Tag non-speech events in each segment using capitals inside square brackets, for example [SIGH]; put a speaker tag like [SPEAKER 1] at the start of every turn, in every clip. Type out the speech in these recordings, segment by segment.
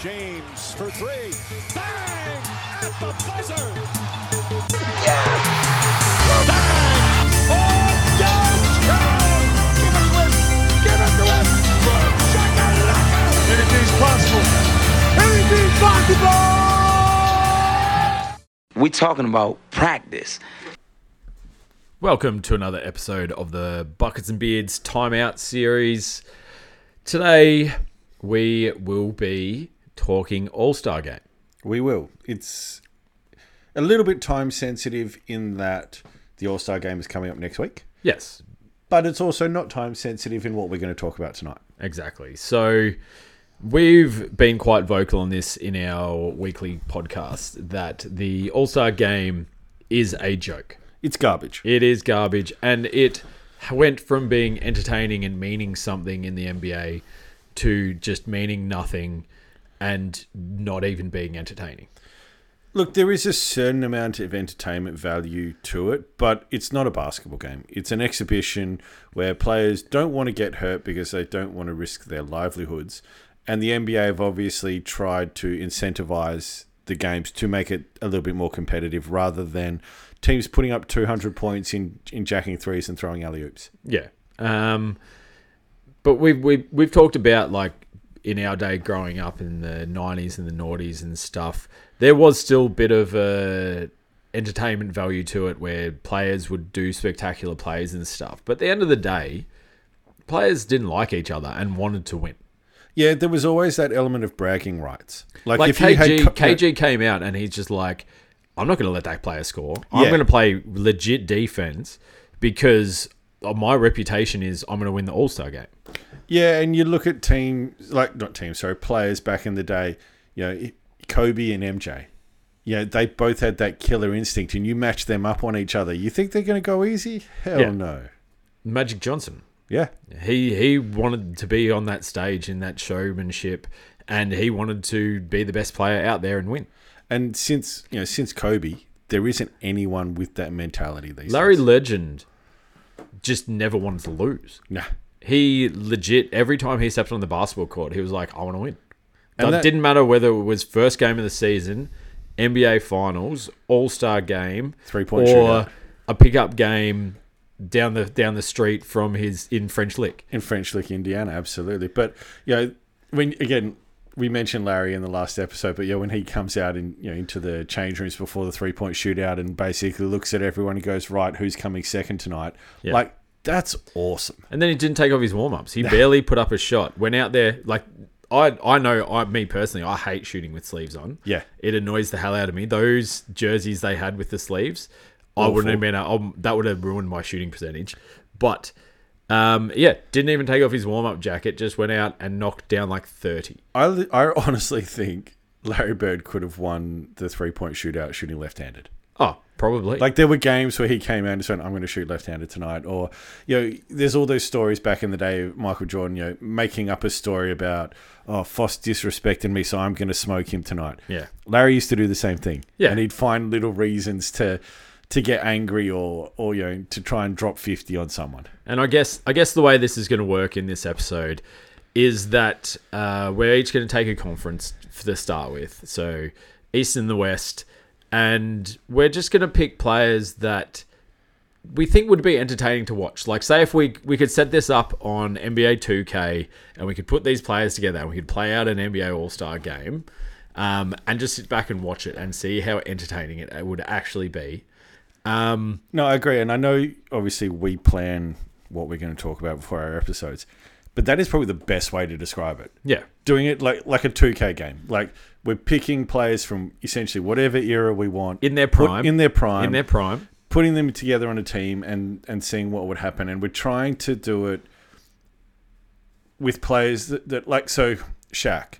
[SPEAKER 1] James for three. Bang! At the buzzer! Yes! Bang! Oh, yes! Yes! Give it to him! Give it to him! Shakalaka! Anything's possible. Anything's possible!
[SPEAKER 2] We're talking about practice.
[SPEAKER 3] Welcome to another episode of the Buckets and Beards Timeout Series. Today, we will be talking All Star Game.
[SPEAKER 4] We will. It's a little bit time sensitive in that the All Star Game is coming up next week,
[SPEAKER 3] Yes,
[SPEAKER 4] but it's also not time sensitive in what we're going to talk about tonight.
[SPEAKER 3] exactly. So, we've been quite vocal on this in our weekly podcast that the All Star Game is a joke.
[SPEAKER 4] It's garbage.
[SPEAKER 3] It is garbage, and it went from being entertaining and meaning something in the NBA to just meaning nothing and not even being entertaining.
[SPEAKER 4] Look, there is a certain amount of entertainment value to it, but it's not a basketball game. It's an exhibition where players don't want to get hurt because they don't want to risk their livelihoods. And the NBA have obviously tried to incentivize the games to make it a little bit more competitive rather than teams putting up 200 points in, in jacking threes and throwing alley oops.
[SPEAKER 3] Yeah. Um, but we've, we've, we've talked about, like, in our day growing up in the 90s and the noughties and stuff, there was still a bit of a entertainment value to it where players would do spectacular plays and stuff. But at the end of the day, players didn't like each other and wanted to win.
[SPEAKER 4] Yeah, there was always that element of bragging rights. Like,
[SPEAKER 3] Like
[SPEAKER 4] if you had
[SPEAKER 3] KG,
[SPEAKER 4] co-
[SPEAKER 3] KG came out and he's just like, I'm not going to let that player score. I'm
[SPEAKER 4] Yeah.
[SPEAKER 3] going to play legit defense because my reputation is I'm going to win the All Star game.
[SPEAKER 4] Yeah, and you look at team like not teams, sorry, players back in the day. You know, Kobe and MJ. You know, they both had that killer instinct, and you match them up on each other. You think they're going to go easy? Hell
[SPEAKER 3] Yeah.
[SPEAKER 4] no.
[SPEAKER 3] Magic Johnson,
[SPEAKER 4] Yeah,
[SPEAKER 3] he he wanted to be on that stage in that showmanship, and he wanted to be the best player out there and win.
[SPEAKER 4] and since you know, since Kobe, there isn't anyone with that mentality these
[SPEAKER 3] Larry
[SPEAKER 4] days.
[SPEAKER 3] Legend just never wanted to lose.
[SPEAKER 4] Nah.
[SPEAKER 3] He legit every time he stepped on the basketball court, he was like, "I want to win."
[SPEAKER 4] And
[SPEAKER 3] It
[SPEAKER 4] that-
[SPEAKER 3] didn't matter whether it was first game of the season, NBA Finals, All Star game,
[SPEAKER 4] Three-point
[SPEAKER 3] or
[SPEAKER 4] shootout.
[SPEAKER 3] a pickup game down the down the street from his in French Lick.
[SPEAKER 4] in French Lick, Indiana, absolutely. But you know, when again we mentioned Larry in the last episode, but yeah, when he comes out in you know into the change rooms before the three point shootout and basically looks at everyone and goes, "Right, who's coming second tonight?"
[SPEAKER 3] Yeah.
[SPEAKER 4] Like that's awesome.
[SPEAKER 3] And then he didn't take off his warm
[SPEAKER 4] [LAUGHS]
[SPEAKER 3] ups. He barely put up a shot. Went out there like I I know I me personally I hate shooting with sleeves on.
[SPEAKER 4] Yeah.
[SPEAKER 3] it annoys the hell out of me. Those jerseys they had with the sleeves, I wouldn't have been. I, that would have ruined my shooting percentage. But um, yeah, didn't even take off his warm up jacket. Just went out and knocked down like thirty.
[SPEAKER 4] I I honestly think Larry Bird could have won the three point shootout shooting left handed.
[SPEAKER 3] Oh, probably.
[SPEAKER 4] Like there were games where he came out and said, "I'm going to shoot left-handed tonight," or you know, there's all those stories back in the day, of Michael Jordan, you know, making up a story about, "Oh, Foss disrespected me, so I'm going to smoke him tonight."
[SPEAKER 3] Yeah.
[SPEAKER 4] Larry used to do the same thing.
[SPEAKER 3] Yeah.
[SPEAKER 4] and he'd find little reasons to to get angry or or you know to try and drop fifty on someone.
[SPEAKER 3] And I guess I guess the way this is going to work in this episode is that uh, we're each going to take a conference f- to start with, so East and the West, and we're just going to pick players that we think would be entertaining to watch. Like, say if we we could set this up on NBA 2K and we could put these players together and we could play out an NBA All Star game, um, and just sit back and watch it and see how entertaining it would actually be. Um,
[SPEAKER 4] No, I agree, and I know obviously we plan what we're going to talk about before our episodes, but that is probably the best way to describe it.
[SPEAKER 3] Yeah,
[SPEAKER 4] doing it like like a 2K game. Like we're picking players from essentially whatever era we want
[SPEAKER 3] in their
[SPEAKER 4] put-
[SPEAKER 3] prime,
[SPEAKER 4] in their prime,
[SPEAKER 3] in their prime.
[SPEAKER 4] putting them together on a team and and seeing what would happen. And we're trying to do it with players that, that like so Shaq.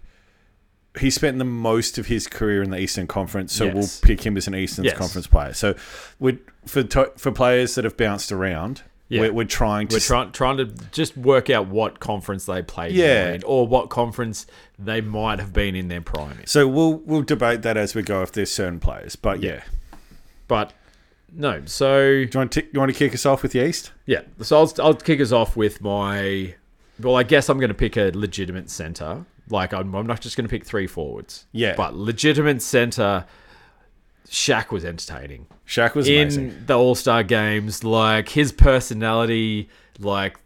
[SPEAKER 4] He spent the most of his career in the Eastern Conference, so
[SPEAKER 3] Yes.
[SPEAKER 4] we'll pick him as an Eastern
[SPEAKER 3] Yes.
[SPEAKER 4] Conference player. So, we for to, for players that have bounced around,
[SPEAKER 3] Yeah.
[SPEAKER 4] we're, we're trying to
[SPEAKER 3] We're trying trying to just work out what conference they played
[SPEAKER 4] Yeah.
[SPEAKER 3] in, or what conference they might have been in their prime in.
[SPEAKER 4] So we'll we'll debate that as we go if there's certain players. But yeah,
[SPEAKER 3] But no, so
[SPEAKER 4] Do you want to you want to kick us off with the East?
[SPEAKER 3] yeah, so I'll, I'll kick us off with my. Well, I guess I'm going to pick a legitimate center Like I'm, I'm not just going to pick three forwards.
[SPEAKER 4] Yeah.
[SPEAKER 3] But legitimate center, Shaq was entertaining
[SPEAKER 4] Shaq was
[SPEAKER 3] in
[SPEAKER 4] amazing.
[SPEAKER 3] the All Star games. Like his personality, like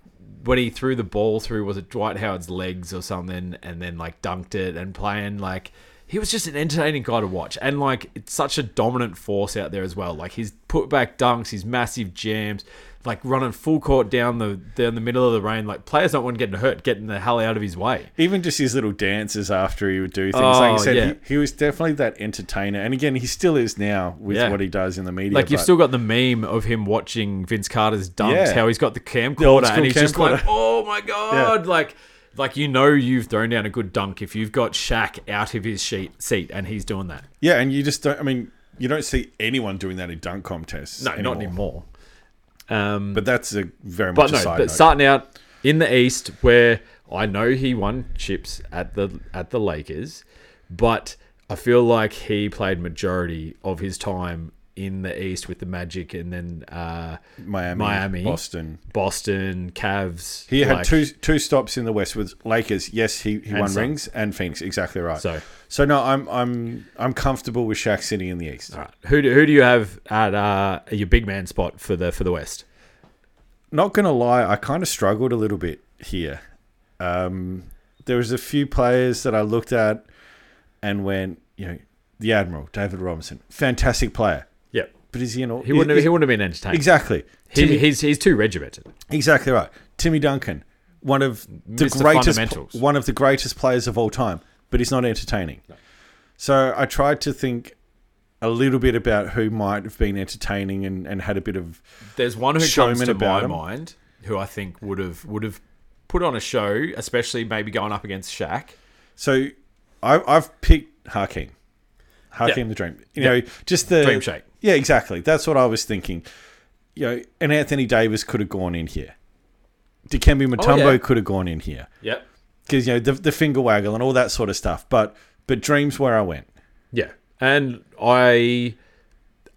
[SPEAKER 3] when he threw the ball through was it Dwight Howard's legs or something, and then like dunked it and playing like. He was just an entertaining guy to watch, and like it's such a dominant force out there as well. Like his putback dunks, his massive jams, like running full court down the down the middle of the rain. Like players don't want getting hurt, getting the hell out of his way.
[SPEAKER 4] Even just his little dances after he would do things.
[SPEAKER 3] Oh,
[SPEAKER 4] like you said,
[SPEAKER 3] yeah.
[SPEAKER 4] he, he was definitely that entertainer. And again, he still is now with
[SPEAKER 3] Yeah.
[SPEAKER 4] what he does in the media.
[SPEAKER 3] Like you've
[SPEAKER 4] but-
[SPEAKER 3] still got the meme of him watching Vince Carter's dunks,
[SPEAKER 4] Yeah.
[SPEAKER 3] how he's got the camcorder
[SPEAKER 4] old school
[SPEAKER 3] and he's just like,
[SPEAKER 4] camcorder.
[SPEAKER 3] "Oh
[SPEAKER 4] [LAUGHS]
[SPEAKER 3] my god!" Like, like you know you've thrown down a good dunk if you've got Shaq out of his sheet, seat and he's doing that.
[SPEAKER 4] Yeah, and you just don't. I mean, you don't see anyone doing that in dunk contests.
[SPEAKER 3] No, not anymore. Um,
[SPEAKER 4] But that's a very
[SPEAKER 3] but
[SPEAKER 4] much a
[SPEAKER 3] no,
[SPEAKER 4] side
[SPEAKER 3] but
[SPEAKER 4] note.
[SPEAKER 3] starting out in the East, where I know he won chips at the at the Lakers, but I feel like he played majority of his time in the East with the Magic and then uh,
[SPEAKER 4] Miami,
[SPEAKER 3] Miami.
[SPEAKER 4] Boston.
[SPEAKER 3] Boston, Cavs.
[SPEAKER 4] He had
[SPEAKER 3] like-
[SPEAKER 4] two two stops in the West with Lakers. Yes, he, he won
[SPEAKER 3] some.
[SPEAKER 4] rings and Phoenix. Exactly right.
[SPEAKER 3] So-
[SPEAKER 4] so no, I'm I'm I'm comfortable with Shaq sitting in the East.
[SPEAKER 3] All right. Who do, who do you have at uh, your big man spot for the for the West?
[SPEAKER 4] Not gonna lie, I kind of struggled a little bit here. Um, there was a few players that I looked at and went, you know, the Admiral David Robinson, fantastic player,
[SPEAKER 3] Yep.
[SPEAKER 4] but is he an all?
[SPEAKER 3] He wouldn't have, he wouldn't have been entertained.
[SPEAKER 4] exactly.
[SPEAKER 3] He,
[SPEAKER 4] Timmy-
[SPEAKER 3] he's he's too regimented.
[SPEAKER 4] Exactly right. Timmy Duncan, one of the
[SPEAKER 3] Mr. Fundamentals.
[SPEAKER 4] greatest one of the greatest players of all time, but he's not entertaining. So I tried to think a little bit about who might have been entertaining and, and had a bit of
[SPEAKER 3] There's one who comes
[SPEAKER 4] Showman
[SPEAKER 3] to
[SPEAKER 4] about
[SPEAKER 3] my
[SPEAKER 4] him.
[SPEAKER 3] mind who I think would have would have put on a show, especially maybe going up against Shaq.
[SPEAKER 4] so I I've picked Hakeem. Hakeem the Dream. You know, just the
[SPEAKER 3] Dream Shake.
[SPEAKER 4] Yeah, exactly. That's what I was thinking. You know, and Anthony Davis could have gone in here. Dikembe Mutombo
[SPEAKER 3] Oh, yeah.
[SPEAKER 4] could have gone in here.
[SPEAKER 3] Yep.
[SPEAKER 4] Because you know the, the finger waggle and all that sort of stuff, but but dreams where I went.
[SPEAKER 3] Yeah. And I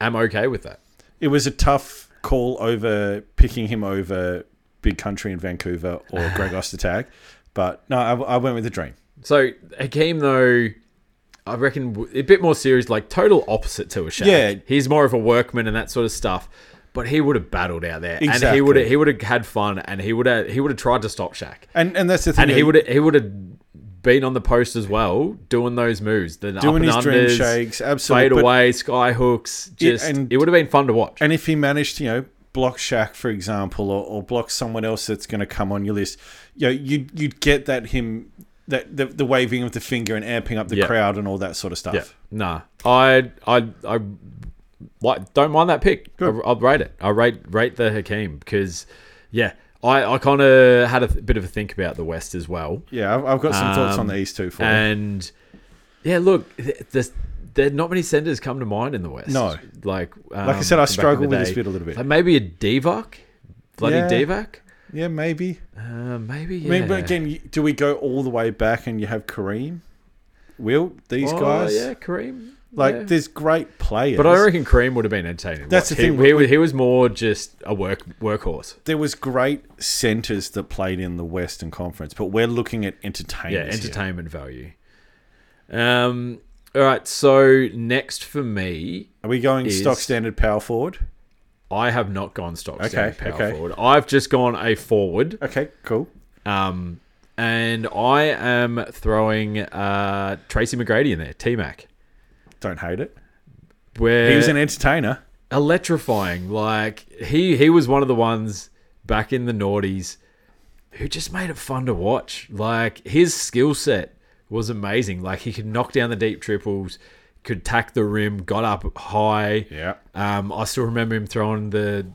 [SPEAKER 3] am okay with that.
[SPEAKER 4] it was a tough call over picking him over Big Country in Vancouver or
[SPEAKER 3] [SIGHS]
[SPEAKER 4] Greg Ostertag. But no, I, I went with the dream.
[SPEAKER 3] So Hakeem though. I reckon w- a bit more serious, like total opposite to a Shaq.
[SPEAKER 4] Yeah.
[SPEAKER 3] he's more of a workman and that sort of stuff. But he would have battled out there, and he
[SPEAKER 4] Exactly.
[SPEAKER 3] would have he would have had fun, and he would have he would have tried to stop Shaq.
[SPEAKER 4] And and that's the thing.
[SPEAKER 3] and he would he would have been on the post as well, doing those moves, the up
[SPEAKER 4] Doing his
[SPEAKER 3] and
[SPEAKER 4] dream
[SPEAKER 3] unders,
[SPEAKER 4] shakes, absolutely,
[SPEAKER 3] fade
[SPEAKER 4] but-
[SPEAKER 3] away, sky hooks. Just
[SPEAKER 4] and-
[SPEAKER 3] it would have been fun to watch.
[SPEAKER 4] And if he managed, to, you know, block Shaq, for example, or, or block someone else that's going to come on your list, you know, you'd you'd get that him that the, the waving of the finger and amping up the
[SPEAKER 3] Yeah.
[SPEAKER 4] crowd and all that sort of stuff.
[SPEAKER 3] yeah, nah, I I I like don't mind that pick. I, I'll rate it. I rate rate the Hakeem because yeah, I I kind of had a th- bit of a think about the West as well.
[SPEAKER 4] Yeah, I've, I've got some thoughts on
[SPEAKER 3] Um,
[SPEAKER 4] the East too for you.
[SPEAKER 3] And yeah, look, th- there's there not many centers come to mind in the West.
[SPEAKER 4] No.
[SPEAKER 3] like um,
[SPEAKER 4] I said, I
[SPEAKER 3] back in the
[SPEAKER 4] struggle with this
[SPEAKER 3] day.
[SPEAKER 4] bit a little bit.
[SPEAKER 3] Like maybe a Divac, bloody
[SPEAKER 4] Yeah.
[SPEAKER 3] Divac.
[SPEAKER 4] Yeah, maybe.
[SPEAKER 3] Uh, maybe yeah.
[SPEAKER 4] I mean, but again, you- do we go all the way back and you have Kareem, Will, these
[SPEAKER 3] Oh,
[SPEAKER 4] guys?
[SPEAKER 3] yeah, Kareem.
[SPEAKER 4] Like,
[SPEAKER 3] yeah.
[SPEAKER 4] there's great players.
[SPEAKER 3] But I reckon Kareem would have been entertaining.
[SPEAKER 4] That's
[SPEAKER 3] Like,
[SPEAKER 4] the
[SPEAKER 3] he,
[SPEAKER 4] thing,
[SPEAKER 3] He, wa- he was more just a work workhorse.
[SPEAKER 4] there was great centers that played in the Western Conference, but we're looking at
[SPEAKER 3] Yeah,
[SPEAKER 4] entertainers. here.
[SPEAKER 3] entertainment value. Um. All right. So next for me,
[SPEAKER 4] Are we going
[SPEAKER 3] is-
[SPEAKER 4] stock standard power forward?
[SPEAKER 3] I have not gone stock okay,
[SPEAKER 4] Okay,
[SPEAKER 3] power
[SPEAKER 4] okay.
[SPEAKER 3] forward. I've just gone a forward.
[SPEAKER 4] Okay, cool.
[SPEAKER 3] Um, and I am throwing uh, Tracy McGrady in there, T Mac,
[SPEAKER 4] Don't hate it.
[SPEAKER 3] where
[SPEAKER 4] He was an entertainer.
[SPEAKER 3] electrifying. Like he he was one of the ones back in the noughties who just made it fun to watch. Like his skill set was amazing. Like he could knock down the deep triples, could tack the rim, got up high.
[SPEAKER 4] Yeah.
[SPEAKER 3] Um, I still remember him throwing the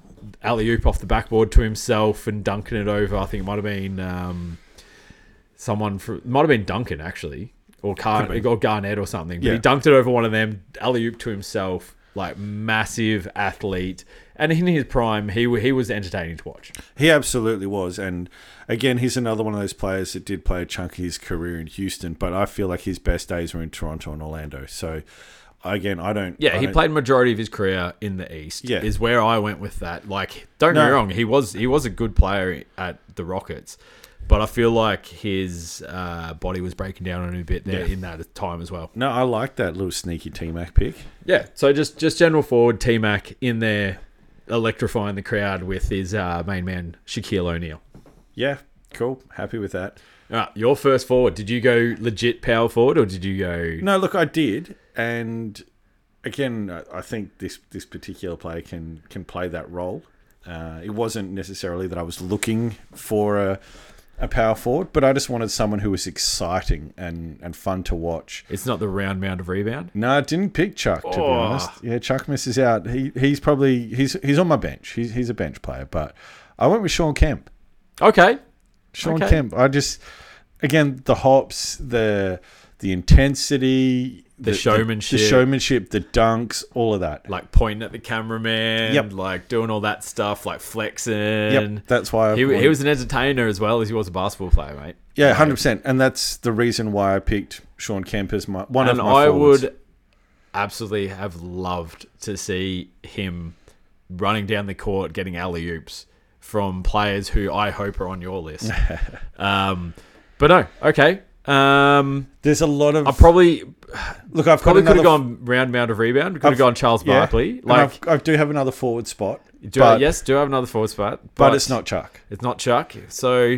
[SPEAKER 3] alley oop off the backboard to himself and dunking it over. I think it might have been um, someone from might have been Duncan actually, or Car- or Garnett or something. But he
[SPEAKER 4] Yeah.
[SPEAKER 3] dunked it over one of them, alley oop to himself. Like massive athlete, and in his prime, he wa- he was entertaining to watch.
[SPEAKER 4] He absolutely was. And again, he's another one of those players that did play a chunk of his career in Houston, but I feel like his best days were in Toronto and Orlando. So, again, I don't.
[SPEAKER 3] Yeah,
[SPEAKER 4] I
[SPEAKER 3] he
[SPEAKER 4] don't-
[SPEAKER 3] played majority of his career in the East.
[SPEAKER 4] Yeah.
[SPEAKER 3] is where I went with that. Like, don't get
[SPEAKER 4] No.
[SPEAKER 3] me wrong, he was he was a good player at the Rockets, But I feel like his uh, body was breaking down on him a bit there
[SPEAKER 4] Yeah.
[SPEAKER 3] in that time as well.
[SPEAKER 4] No, I like that little sneaky T Mac pick.
[SPEAKER 3] Yeah. So just just general forward T Mac in there, electrifying the crowd with his uh, main man Shaquille O'Neal.
[SPEAKER 4] Yeah, cool. Happy with that.
[SPEAKER 3] All right, your first forward. Did you go legit power forward or did you go?
[SPEAKER 4] No, look, I did, and again, I- I think this this particular player can can play that role. Uh, it wasn't necessarily that I was looking for a a power forward, but I just wanted someone who was exciting and and fun to watch.
[SPEAKER 3] It's not the round mound of rebound.
[SPEAKER 4] No, I didn't pick Chuck to be
[SPEAKER 3] Oh.
[SPEAKER 4] honest. Yeah, Chuck misses out. He he's probably he's he's on my bench. He's he's a bench player, but I went with Sean Kemp.
[SPEAKER 3] Okay.
[SPEAKER 4] Sean
[SPEAKER 3] Okay.
[SPEAKER 4] Kemp. I just again the hops, the the intensity, the,
[SPEAKER 3] showmanship.
[SPEAKER 4] the, showmanship, the dunks, all of that.
[SPEAKER 3] Like pointing at the cameraman.
[SPEAKER 4] Yep.
[SPEAKER 3] Like doing all that stuff. Like flexing.
[SPEAKER 4] Yep, that's why I
[SPEAKER 3] He, he
[SPEAKER 4] wanted-
[SPEAKER 3] was an entertainer as well as he was a basketball player, mate.
[SPEAKER 4] yeah, hundred percent, and that's the reason why I picked Sean Kemp as my one
[SPEAKER 3] and
[SPEAKER 4] of my
[SPEAKER 3] I
[SPEAKER 4] forwards.
[SPEAKER 3] would absolutely have loved to see him running down the court getting alley oops from players who I hope are on your
[SPEAKER 4] [LAUGHS]
[SPEAKER 3] list. um, but no, okay. Um,
[SPEAKER 4] There's a lot of
[SPEAKER 3] I probably
[SPEAKER 4] look. I've
[SPEAKER 3] probably
[SPEAKER 4] got
[SPEAKER 3] could
[SPEAKER 4] another,
[SPEAKER 3] have gone round mound of rebound. Could have
[SPEAKER 4] I've-
[SPEAKER 3] gone Charles
[SPEAKER 4] yeah,
[SPEAKER 3] Barkley.
[SPEAKER 4] and
[SPEAKER 3] Like,
[SPEAKER 4] I've- i do have another forward spot,
[SPEAKER 3] do I,
[SPEAKER 4] but,
[SPEAKER 3] yes, do I have another forward spot?
[SPEAKER 4] but it's not Chuck.
[SPEAKER 3] It's not Chuck. So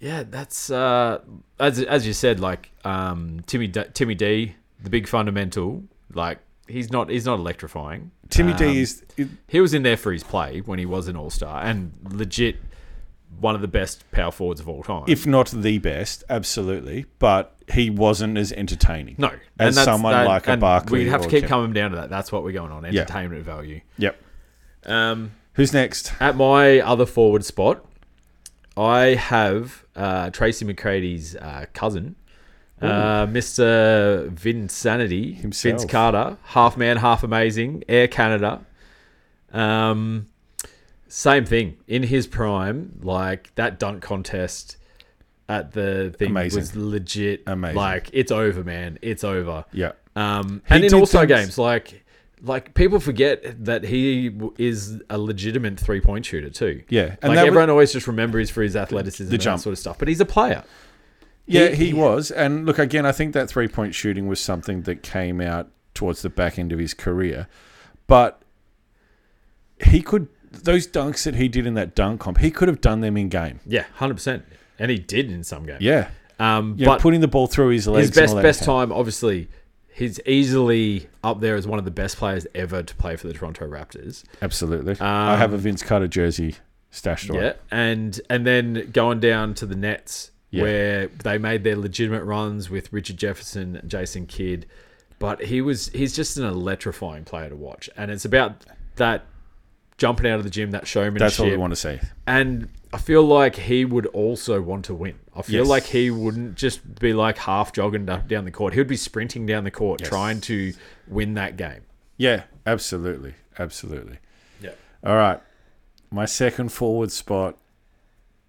[SPEAKER 3] yeah, that's uh, as as you said, like um, Timmy D, Timmy D, the big fundamental. Like he's not he's not electrifying.
[SPEAKER 4] Timmy
[SPEAKER 3] Um,
[SPEAKER 4] D is it-
[SPEAKER 3] he was in there for his play when he was an all star and legit one of the best power forwards of all time.
[SPEAKER 4] if not the best, absolutely, but he wasn't as entertaining.
[SPEAKER 3] no,
[SPEAKER 4] as
[SPEAKER 3] that's-
[SPEAKER 4] someone like a
[SPEAKER 3] and
[SPEAKER 4] Barkley
[SPEAKER 3] we have to
[SPEAKER 4] or
[SPEAKER 3] keep
[SPEAKER 4] Kemp.
[SPEAKER 3] coming down to that. That's what we're going on
[SPEAKER 4] Yeah.
[SPEAKER 3] entertainment value.
[SPEAKER 4] Yep.
[SPEAKER 3] Um,
[SPEAKER 4] Who's next?
[SPEAKER 3] At my other forward spot, I have uh, Tracy McCready's uh, cousin, uh, Mr. Vinsanity,
[SPEAKER 4] Himself.
[SPEAKER 3] Vince Carter, half man, half amazing, Air Canada. Um, same thing in his prime, like that dunk contest at the thing
[SPEAKER 4] Amazing.
[SPEAKER 3] was legit.
[SPEAKER 4] Amazing.
[SPEAKER 3] Like it's over, man. It's over.
[SPEAKER 4] Yeah.
[SPEAKER 3] Um,
[SPEAKER 4] He
[SPEAKER 3] and in
[SPEAKER 4] did
[SPEAKER 3] All Star
[SPEAKER 4] things-
[SPEAKER 3] games, like like people forget that he w- is a legitimate three point shooter too.
[SPEAKER 4] Yeah, and
[SPEAKER 3] and like
[SPEAKER 4] that was-
[SPEAKER 3] everyone always just remembers for his athleticism,
[SPEAKER 4] The
[SPEAKER 3] and
[SPEAKER 4] jump.
[SPEAKER 3] that sort of stuff. But he's a player.
[SPEAKER 4] Yeah,
[SPEAKER 3] He-
[SPEAKER 4] he, was. And look, again, I think that three point shooting was something that came out towards the back end of his career. But he could, those dunks that he did in that dunk comp, he could have done them in game.
[SPEAKER 3] Yeah, hundred percent. And he did in some games.
[SPEAKER 4] Yeah.
[SPEAKER 3] Um,
[SPEAKER 4] You know,
[SPEAKER 3] but
[SPEAKER 4] putting the ball through his legs.
[SPEAKER 3] his best
[SPEAKER 4] and all that
[SPEAKER 3] best
[SPEAKER 4] kind of-
[SPEAKER 3] time, obviously, he's easily up there as one of the best players ever to play for the Toronto Raptors.
[SPEAKER 4] Absolutely. I have a Vince Carter jersey stashed away.
[SPEAKER 3] Um, Yeah, and and then going down to the Nets
[SPEAKER 4] Yeah.
[SPEAKER 3] where they made their legitimate runs with Richard Jefferson, and Jason Kidd, but he was he's just an electrifying player to watch, and it's about that jumping out of the gym, that showmanship.
[SPEAKER 4] That's what we want to see.
[SPEAKER 3] And I feel like he would also want to win. I feel
[SPEAKER 4] Yes.
[SPEAKER 3] like he wouldn't just be like half jogging da- down the court. He would be sprinting down the court trying to win that game.
[SPEAKER 4] Yeah, absolutely. Absolutely.
[SPEAKER 3] Yeah.
[SPEAKER 4] All right. My second forward spot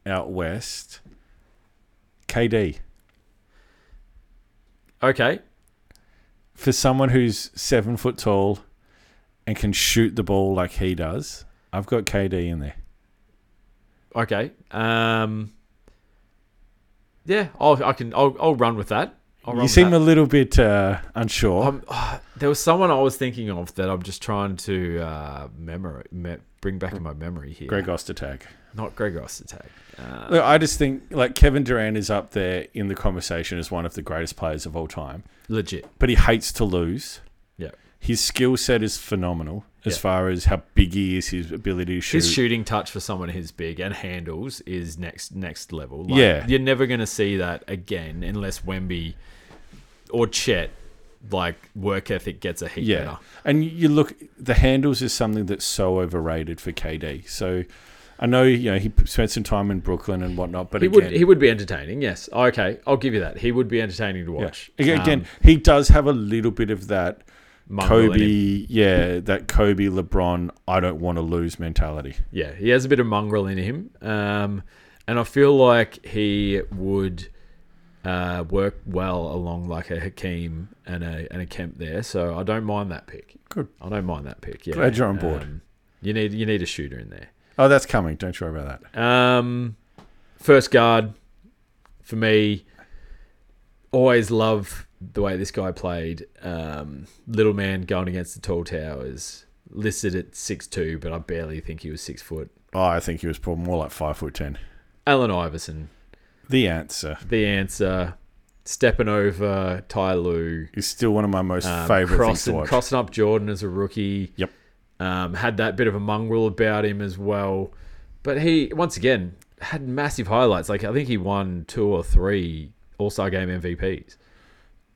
[SPEAKER 4] out west, KD.
[SPEAKER 3] Okay.
[SPEAKER 4] for someone who's seven foot tall and can shoot the ball like he does, I've got KD in there.
[SPEAKER 3] Okay. Um. Yeah, I'll, I can. I'll, I'll run with that. I'll run
[SPEAKER 4] You
[SPEAKER 3] with
[SPEAKER 4] seem
[SPEAKER 3] that.
[SPEAKER 4] a little bit uh, unsure.
[SPEAKER 3] Um, [SIGHS] ah, there was someone I was thinking of that I'm just trying to uh, memory me- bring back in my memory here.
[SPEAKER 4] Greg Ostertag.
[SPEAKER 3] not Greg Ostertag. Uh,
[SPEAKER 4] Look, I just think like Kevin Durant is up there in the conversation as one of the greatest players of all time,
[SPEAKER 3] legit.
[SPEAKER 4] but he hates to lose.
[SPEAKER 3] Yeah.
[SPEAKER 4] His skill set is phenomenal as
[SPEAKER 3] Yeah.
[SPEAKER 4] far as how big he is, his ability to shoot.
[SPEAKER 3] His shooting touch for someone who's big and handles is next next level. Like,
[SPEAKER 4] Yeah.
[SPEAKER 3] you're never gonna see that again unless Wemby or Chet like work ethic gets a heat
[SPEAKER 4] Yeah.
[SPEAKER 3] better.
[SPEAKER 4] And you look, the handles is something that's so overrated for KD. So I know, you know, he p- spent some time in Brooklyn and whatnot, but
[SPEAKER 3] He
[SPEAKER 4] again,
[SPEAKER 3] would he would be entertaining. Yes. Okay, I'll give you that. He would be entertaining to
[SPEAKER 4] yeah.
[SPEAKER 3] watch.
[SPEAKER 4] Aga- again,
[SPEAKER 3] Um,
[SPEAKER 4] he does have a little bit of that
[SPEAKER 3] mongrel in
[SPEAKER 4] Kobe,
[SPEAKER 3] him.
[SPEAKER 4] yeah, that Kobe LeBron, I don't want to lose mentality.
[SPEAKER 3] Yeah, he has a bit of mongrel in him, um, and I feel like he would uh, work well along like a Hakeem and a and a Kemp there. So I don't mind that pick.
[SPEAKER 4] Good.
[SPEAKER 3] I don't mind that pick. Yeah,
[SPEAKER 4] Glad you're on board.
[SPEAKER 3] Um, you need you need a shooter in there.
[SPEAKER 4] Oh, that's coming. Don't you worry about that.
[SPEAKER 3] Um, first guard, for me, always love the way this guy played. Um, little man going against the tall towers, listed at six two, but I barely think he was six foot.
[SPEAKER 4] Oh, I think he was probably more like five foot ten.
[SPEAKER 3] Alan Iverson,
[SPEAKER 4] The answer
[SPEAKER 3] the answer. Stepping over Ty Lue.
[SPEAKER 4] is still one of my most
[SPEAKER 3] um,
[SPEAKER 4] favorite things to
[SPEAKER 3] crossing,
[SPEAKER 4] watch.
[SPEAKER 3] crossing up Jordan as a rookie.
[SPEAKER 4] Yep.
[SPEAKER 3] Um, had that bit of a mongrel about him as well. But he, once again, had massive highlights. Like, I think he won two or three All Star Game MVPs.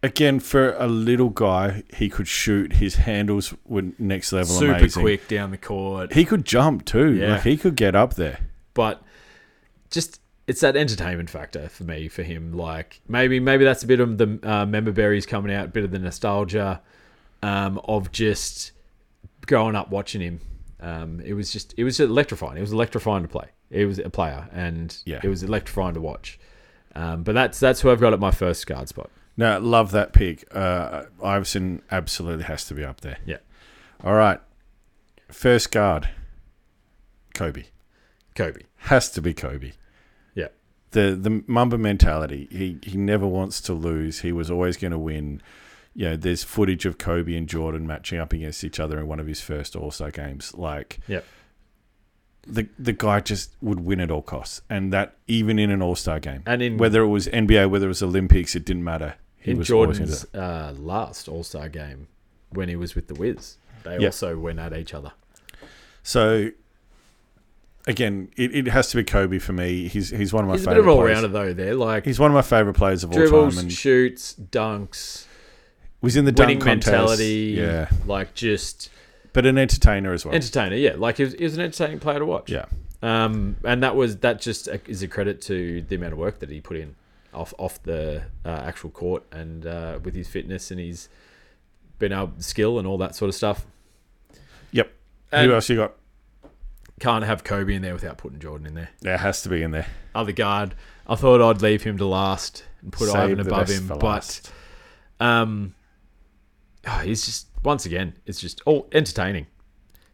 [SPEAKER 4] Again, for a little guy, he could shoot. His handles were next level
[SPEAKER 3] Super
[SPEAKER 4] amazing.
[SPEAKER 3] quick down the court.
[SPEAKER 4] He could jump too.
[SPEAKER 3] Yeah.
[SPEAKER 4] Like he could get up there.
[SPEAKER 3] But just, it's that entertainment factor for me, for him. Like, maybe maybe that's a bit of the uh, member berries coming out, a bit of the nostalgia um, of just growing up watching him. Um, it was just, it was electrifying. It was electrifying to play. It was a player, and
[SPEAKER 4] Yeah.
[SPEAKER 3] it was electrifying to watch. Um, but that's that's who I've got at my first guard spot.
[SPEAKER 4] No, love that pick. Uh, Iverson absolutely has to be up there.
[SPEAKER 3] Yeah.
[SPEAKER 4] All right. First guard, Kobe
[SPEAKER 3] Kobe.
[SPEAKER 4] has to be Kobe.
[SPEAKER 3] Yeah.
[SPEAKER 4] the the Mamba mentality. He he never wants to lose. He was always going to win. You know, there's footage of Kobe and Jordan matching up against each other in one of his first All Star games. Like,
[SPEAKER 3] Yep.
[SPEAKER 4] the the guy just would win at all costs, and that even in an All Star game,
[SPEAKER 3] And in-
[SPEAKER 4] whether it was NBA, whether it was Olympics, it didn't matter. He
[SPEAKER 3] In
[SPEAKER 4] was always gonna do
[SPEAKER 3] Jordan's uh, last All Star game when he was with the Wiz, they
[SPEAKER 4] Yeah.
[SPEAKER 3] also went at each other.
[SPEAKER 4] that. So. Again, it, it has to be Kobe for me. He's he's one of my
[SPEAKER 3] He's a bit
[SPEAKER 4] favorite
[SPEAKER 3] of an all
[SPEAKER 4] players.
[SPEAKER 3] rounder though. There, like
[SPEAKER 4] He's one of my favorite players of all
[SPEAKER 3] dribbles,
[SPEAKER 4] time, and
[SPEAKER 3] shoots, dunks,
[SPEAKER 4] was in the
[SPEAKER 3] winning
[SPEAKER 4] dunk contest.
[SPEAKER 3] mentality.
[SPEAKER 4] Yeah,
[SPEAKER 3] like just
[SPEAKER 4] but an entertainer as well.
[SPEAKER 3] entertainer. Yeah, like he was, he was an entertaining player to watch.
[SPEAKER 4] yeah.
[SPEAKER 3] Um, and that was that just uh, is a credit to the amount of work that he put in off off the uh, actual court and uh, with his fitness and his been able skill and all that sort of stuff.
[SPEAKER 4] Yep.
[SPEAKER 3] And-
[SPEAKER 4] Who else you got?
[SPEAKER 3] Can't have Kobe in there without putting Jordan in there.
[SPEAKER 4] There has to be in there.
[SPEAKER 3] Other guard, I thought I'd leave him to last and put
[SPEAKER 4] Save
[SPEAKER 3] Ivan
[SPEAKER 4] the
[SPEAKER 3] above
[SPEAKER 4] best
[SPEAKER 3] him,
[SPEAKER 4] for
[SPEAKER 3] but
[SPEAKER 4] last.
[SPEAKER 3] um, oh, he's just once again, it's just all entertaining.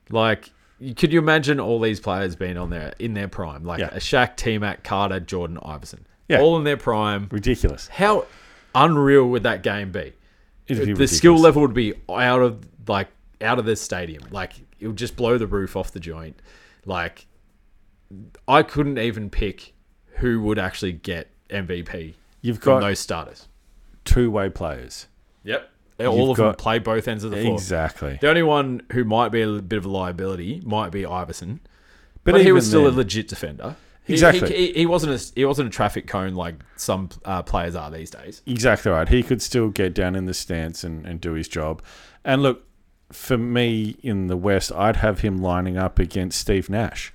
[SPEAKER 3] Like, you- could you imagine all these players being on there in their prime? Like
[SPEAKER 4] Yeah.
[SPEAKER 3] a Shaq, T Mac, Carter, Jordan, Iverson,
[SPEAKER 4] Yeah.
[SPEAKER 3] all in their prime.
[SPEAKER 4] ridiculous.
[SPEAKER 3] how unreal would that game be?
[SPEAKER 4] It'd
[SPEAKER 3] the
[SPEAKER 4] be
[SPEAKER 3] skill
[SPEAKER 4] ridiculous.
[SPEAKER 3] level would be out of like out of the stadium. Like it would just blow the roof off the joint. Like I couldn't even pick who would actually get MVP
[SPEAKER 4] You've
[SPEAKER 3] from
[SPEAKER 4] got
[SPEAKER 3] those starters.
[SPEAKER 4] two way players.
[SPEAKER 3] Yep. All of them
[SPEAKER 4] got-
[SPEAKER 3] play both ends of the floor.
[SPEAKER 4] Exactly.
[SPEAKER 3] The only one who might be a little bit of a liability might be Iverson,
[SPEAKER 4] But,
[SPEAKER 3] but, he was
[SPEAKER 4] even
[SPEAKER 3] still a
[SPEAKER 4] then-
[SPEAKER 3] legit defender. He- he-
[SPEAKER 4] Exactly.
[SPEAKER 3] He, he wasn't a he wasn't a traffic cone like some uh, players are these days.
[SPEAKER 4] Exactly right. He could still get down in the stance and, and do his job. And look, for me in the West, I'd have him lining up against Steve Nash.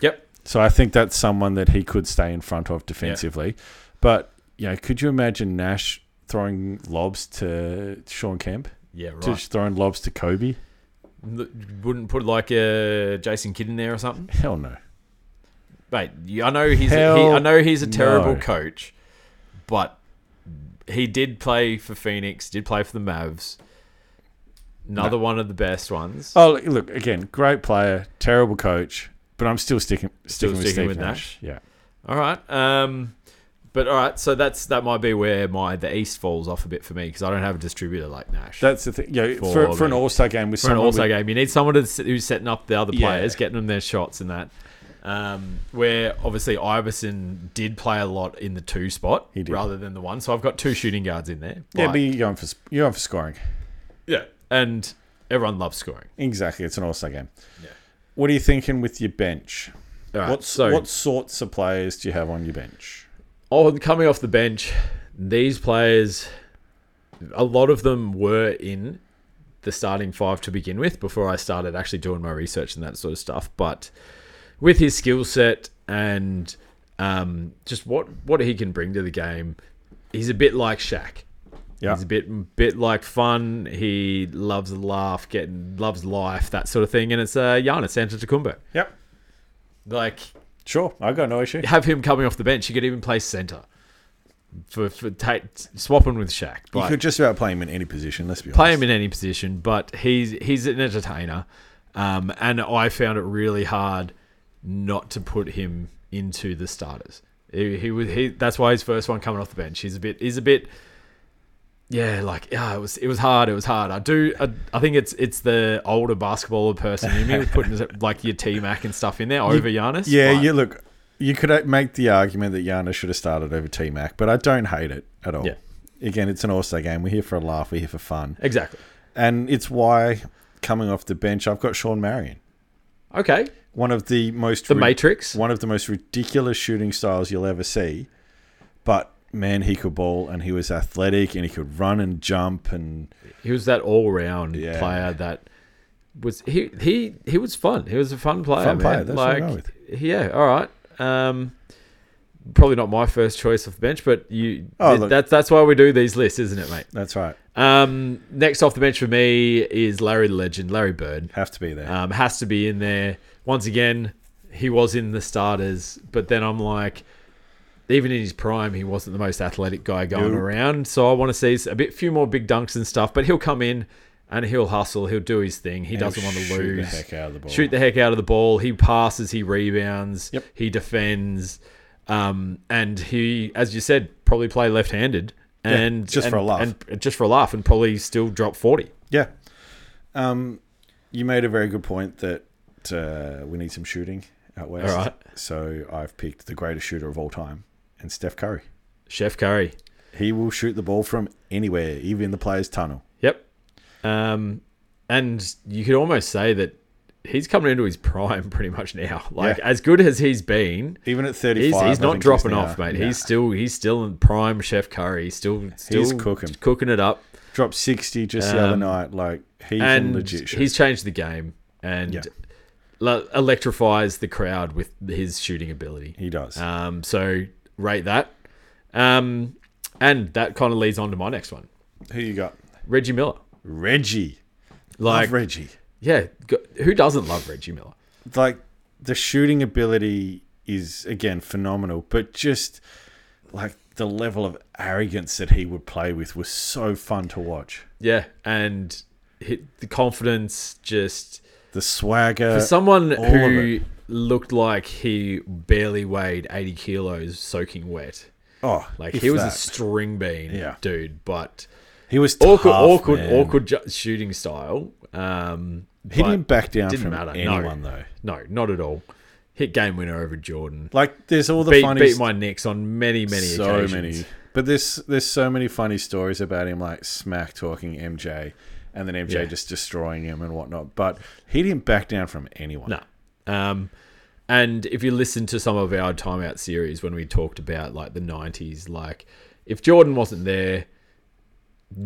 [SPEAKER 3] Yep.
[SPEAKER 4] So I think that's someone that he could stay in front of defensively. But you know, could you imagine Nash throwing lobs to Sean Kemp?
[SPEAKER 3] Yeah. Right.
[SPEAKER 4] Just throwing lobs to Kobe?
[SPEAKER 3] Th- Wouldn't put like a Jason Kidd in there or something.
[SPEAKER 4] Hell no.
[SPEAKER 3] Mate, you- I know he's a, he,
[SPEAKER 4] Hell
[SPEAKER 3] I know he's a terrible
[SPEAKER 4] no.
[SPEAKER 3] coach, but he did play for Phoenix, did play for the Mavs. Another one of the best ones.
[SPEAKER 4] Oh, look- look again. Great player, terrible coach, but I'm still sticking sticking, with,
[SPEAKER 3] sticking
[SPEAKER 4] Steve
[SPEAKER 3] with
[SPEAKER 4] Nash. Yeah,
[SPEAKER 3] All right. Um, but all right, so that's that might be where my the East falls off a bit for me because I don't have a distributor like Nash.
[SPEAKER 4] that's the thing. Yeah,
[SPEAKER 3] For
[SPEAKER 4] for, for, an
[SPEAKER 3] me.
[SPEAKER 4] All Star game with
[SPEAKER 3] for an
[SPEAKER 4] someone
[SPEAKER 3] All Star
[SPEAKER 4] with-
[SPEAKER 3] game. You need someone to, who's setting up the other
[SPEAKER 4] Yeah.
[SPEAKER 3] players, getting them their shots and that. Um, where obviously Iverson did play a lot in the two spot
[SPEAKER 4] did.
[SPEAKER 3] rather than the one. So I've got two shooting guards in there.
[SPEAKER 4] Yeah,
[SPEAKER 3] But-
[SPEAKER 4] but you're going for sp- you're going for scoring.
[SPEAKER 3] yeah. And everyone loves scoring.
[SPEAKER 4] Exactly, it's an All Star game.
[SPEAKER 3] Yeah.
[SPEAKER 4] What are you thinking with your bench?
[SPEAKER 3] All right,
[SPEAKER 4] what
[SPEAKER 3] so
[SPEAKER 4] what sorts of players do you have on your bench?
[SPEAKER 3] oh, coming off the bench, these players, a lot of them were in the starting five to begin with before I started actually doing my research and that sort of stuff. But with his skill set and um, just what what he can bring to the game, he's a bit like Shaq.
[SPEAKER 4] Yeah,
[SPEAKER 3] He's a bit bit like fun. He loves a laugh, getting loves life, that sort of thing. And it's uh, Giannis Antetokounmpo.
[SPEAKER 4] yep,
[SPEAKER 3] Like
[SPEAKER 4] sure. I got no issue.
[SPEAKER 3] have him coming off the bench. You could even play center for for ta swapping with Shaq.
[SPEAKER 4] You
[SPEAKER 3] But
[SPEAKER 4] could just about play him in any position. Let's be honest.
[SPEAKER 3] play him in any position. But he's he's an entertainer, um, and I found it really hard not to put him into the starters. He, he was he. That's why his first one coming off the bench. He's a bit. He's a bit. Yeah, like yeah, it was it was hard. It was hard. I do. I, I think it's it's the older basketballer person in me putting [LAUGHS] like your T Mac and stuff in there over Giannis.
[SPEAKER 4] Yeah,
[SPEAKER 3] but-
[SPEAKER 4] you look. You could uh, make the argument that Giannis should have started over T Mac, but I don't hate it at all.
[SPEAKER 3] Yeah.
[SPEAKER 4] Again, it's an All Star game. We're here for a laugh. We're here for fun,
[SPEAKER 3] exactly.
[SPEAKER 4] and it's why coming off the bench, I've got Sean Marion,
[SPEAKER 3] Okay,
[SPEAKER 4] one of the most
[SPEAKER 3] the Matrix.
[SPEAKER 4] one of the most ridiculous shooting styles you'll ever see. But man, he could ball, and he was athletic, and he could run and jump, and
[SPEAKER 3] He was that all round
[SPEAKER 4] Yeah.
[SPEAKER 3] player that was he he he was fun. He was a fun player.
[SPEAKER 4] Fun
[SPEAKER 3] man.
[SPEAKER 4] player, that's what
[SPEAKER 3] like
[SPEAKER 4] I'm going
[SPEAKER 3] yeah, all right. Um, probably not my first choice off the bench, but you
[SPEAKER 4] Oh,
[SPEAKER 3] th-
[SPEAKER 4] look.
[SPEAKER 3] that's that's why we do these lists, isn't it, mate?
[SPEAKER 4] that's right.
[SPEAKER 3] Um, next off the bench for me is Larry the Legend, Larry Bird.
[SPEAKER 4] Have to be there.
[SPEAKER 3] Um, has to be in there once again. He was in the starters, but then I'm like, even in his prime, he wasn't the most athletic guy going
[SPEAKER 4] Nope.
[SPEAKER 3] around. So I want to see a bit few more big dunks and stuff. But he'll come in and he'll hustle. He'll do his thing. He
[SPEAKER 4] And
[SPEAKER 3] doesn't want to
[SPEAKER 4] shoot
[SPEAKER 3] lose.
[SPEAKER 4] The heck out of the ball.
[SPEAKER 3] Shoot the heck out of the ball. He passes. He rebounds.
[SPEAKER 4] Yep.
[SPEAKER 3] He defends. Um, and he, as you said, probably play left-handed. And
[SPEAKER 4] just for
[SPEAKER 3] and-
[SPEAKER 4] a laugh.
[SPEAKER 3] and just for a laugh, and probably still drop forty.
[SPEAKER 4] Yeah. Um, you made a very good point that uh, we need some shooting out west.
[SPEAKER 3] All right.
[SPEAKER 4] So I've picked the greatest shooter of all time, and Steph Curry.
[SPEAKER 3] Chef Curry,
[SPEAKER 4] He will shoot the ball from anywhere, even the player's tunnel.
[SPEAKER 3] Yep. Um, and you could almost say that he's coming into his prime [LAUGHS] pretty much now. Like
[SPEAKER 4] Yeah.
[SPEAKER 3] as good as he's been,
[SPEAKER 4] Even at 35,
[SPEAKER 3] he's,
[SPEAKER 4] I
[SPEAKER 3] he's not
[SPEAKER 4] think
[SPEAKER 3] dropping
[SPEAKER 4] now-
[SPEAKER 3] off, mate.
[SPEAKER 4] Nah.
[SPEAKER 3] He's still he's still in prime Chef Curry. He's still still
[SPEAKER 4] cooking.
[SPEAKER 3] cooking it up,
[SPEAKER 4] dropped 60 just the other
[SPEAKER 3] Um,
[SPEAKER 4] night. Like he can
[SPEAKER 3] and
[SPEAKER 4] legit shoot.
[SPEAKER 3] he's changed the game and
[SPEAKER 4] Yeah.
[SPEAKER 3] le- electrifies the crowd with his shooting ability.
[SPEAKER 4] he does.
[SPEAKER 3] Um, so rate that. Um, and that kind of leads on to my next one,
[SPEAKER 4] Who you got?
[SPEAKER 3] Reggie Miller.
[SPEAKER 4] Reggie.
[SPEAKER 3] Like,
[SPEAKER 4] Love Reggie.
[SPEAKER 3] yeah, go- who doesn't love Reggie Miller?
[SPEAKER 4] like the shooting ability is again phenomenal, but just like the level of arrogance that he would play with was so fun to watch.
[SPEAKER 3] Yeah, and he- the confidence just
[SPEAKER 4] The swagger,
[SPEAKER 3] for someone
[SPEAKER 4] Uh, all
[SPEAKER 3] who
[SPEAKER 4] of
[SPEAKER 3] looked like he barely weighed eighty kilos, soaking wet.
[SPEAKER 4] oh,
[SPEAKER 3] Like
[SPEAKER 4] if
[SPEAKER 3] he was a
[SPEAKER 4] that.
[SPEAKER 3] string bean,
[SPEAKER 4] Yeah.
[SPEAKER 3] dude. But
[SPEAKER 4] he was tough,
[SPEAKER 3] awkward, awkward,
[SPEAKER 4] man.
[SPEAKER 3] awkward ju- shooting style. Um,
[SPEAKER 4] He
[SPEAKER 3] but
[SPEAKER 4] didn't back down
[SPEAKER 3] didn't
[SPEAKER 4] from
[SPEAKER 3] matter, no.
[SPEAKER 4] anyone though.
[SPEAKER 3] no, not at all. Hit game winner over Jordan.
[SPEAKER 4] Like there's all the
[SPEAKER 3] Beat,
[SPEAKER 4] funny,
[SPEAKER 3] beat my Knicks on many, many
[SPEAKER 4] so
[SPEAKER 3] occasions.
[SPEAKER 4] many, but there's there's so many funny stories about him, like smack talking MJ, and then MJ
[SPEAKER 3] Yeah.
[SPEAKER 4] just destroying him and whatnot. But he didn't back down from anyone.
[SPEAKER 3] No. Um, and if you listen to some of our timeout series when we talked about like the '90s, like if Jordan wasn't there,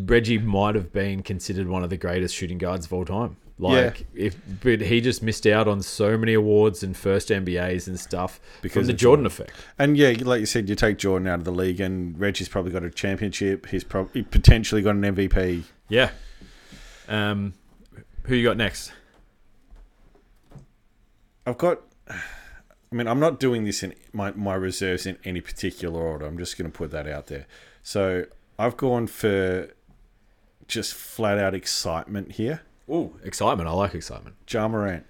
[SPEAKER 3] Reggie might have been considered one of the greatest shooting guards of all time. Like if, but he just missed out on so many awards and first NBAs and stuff
[SPEAKER 4] Because
[SPEAKER 3] from the
[SPEAKER 4] of
[SPEAKER 3] Jordan, effect.
[SPEAKER 4] And yeah, like you said, you take Jordan out of the league, and Reggie's probably got a championship. He's probably potentially got an MVP.
[SPEAKER 3] Yeah. Um, who you got next?
[SPEAKER 4] I've got. I mean, I'm not doing this in my, my reserves in any particular order. I'm just going to put that out there. So I've gone for just flat out excitement here.
[SPEAKER 3] Oh, excitement! I like excitement.
[SPEAKER 4] Ja Morant,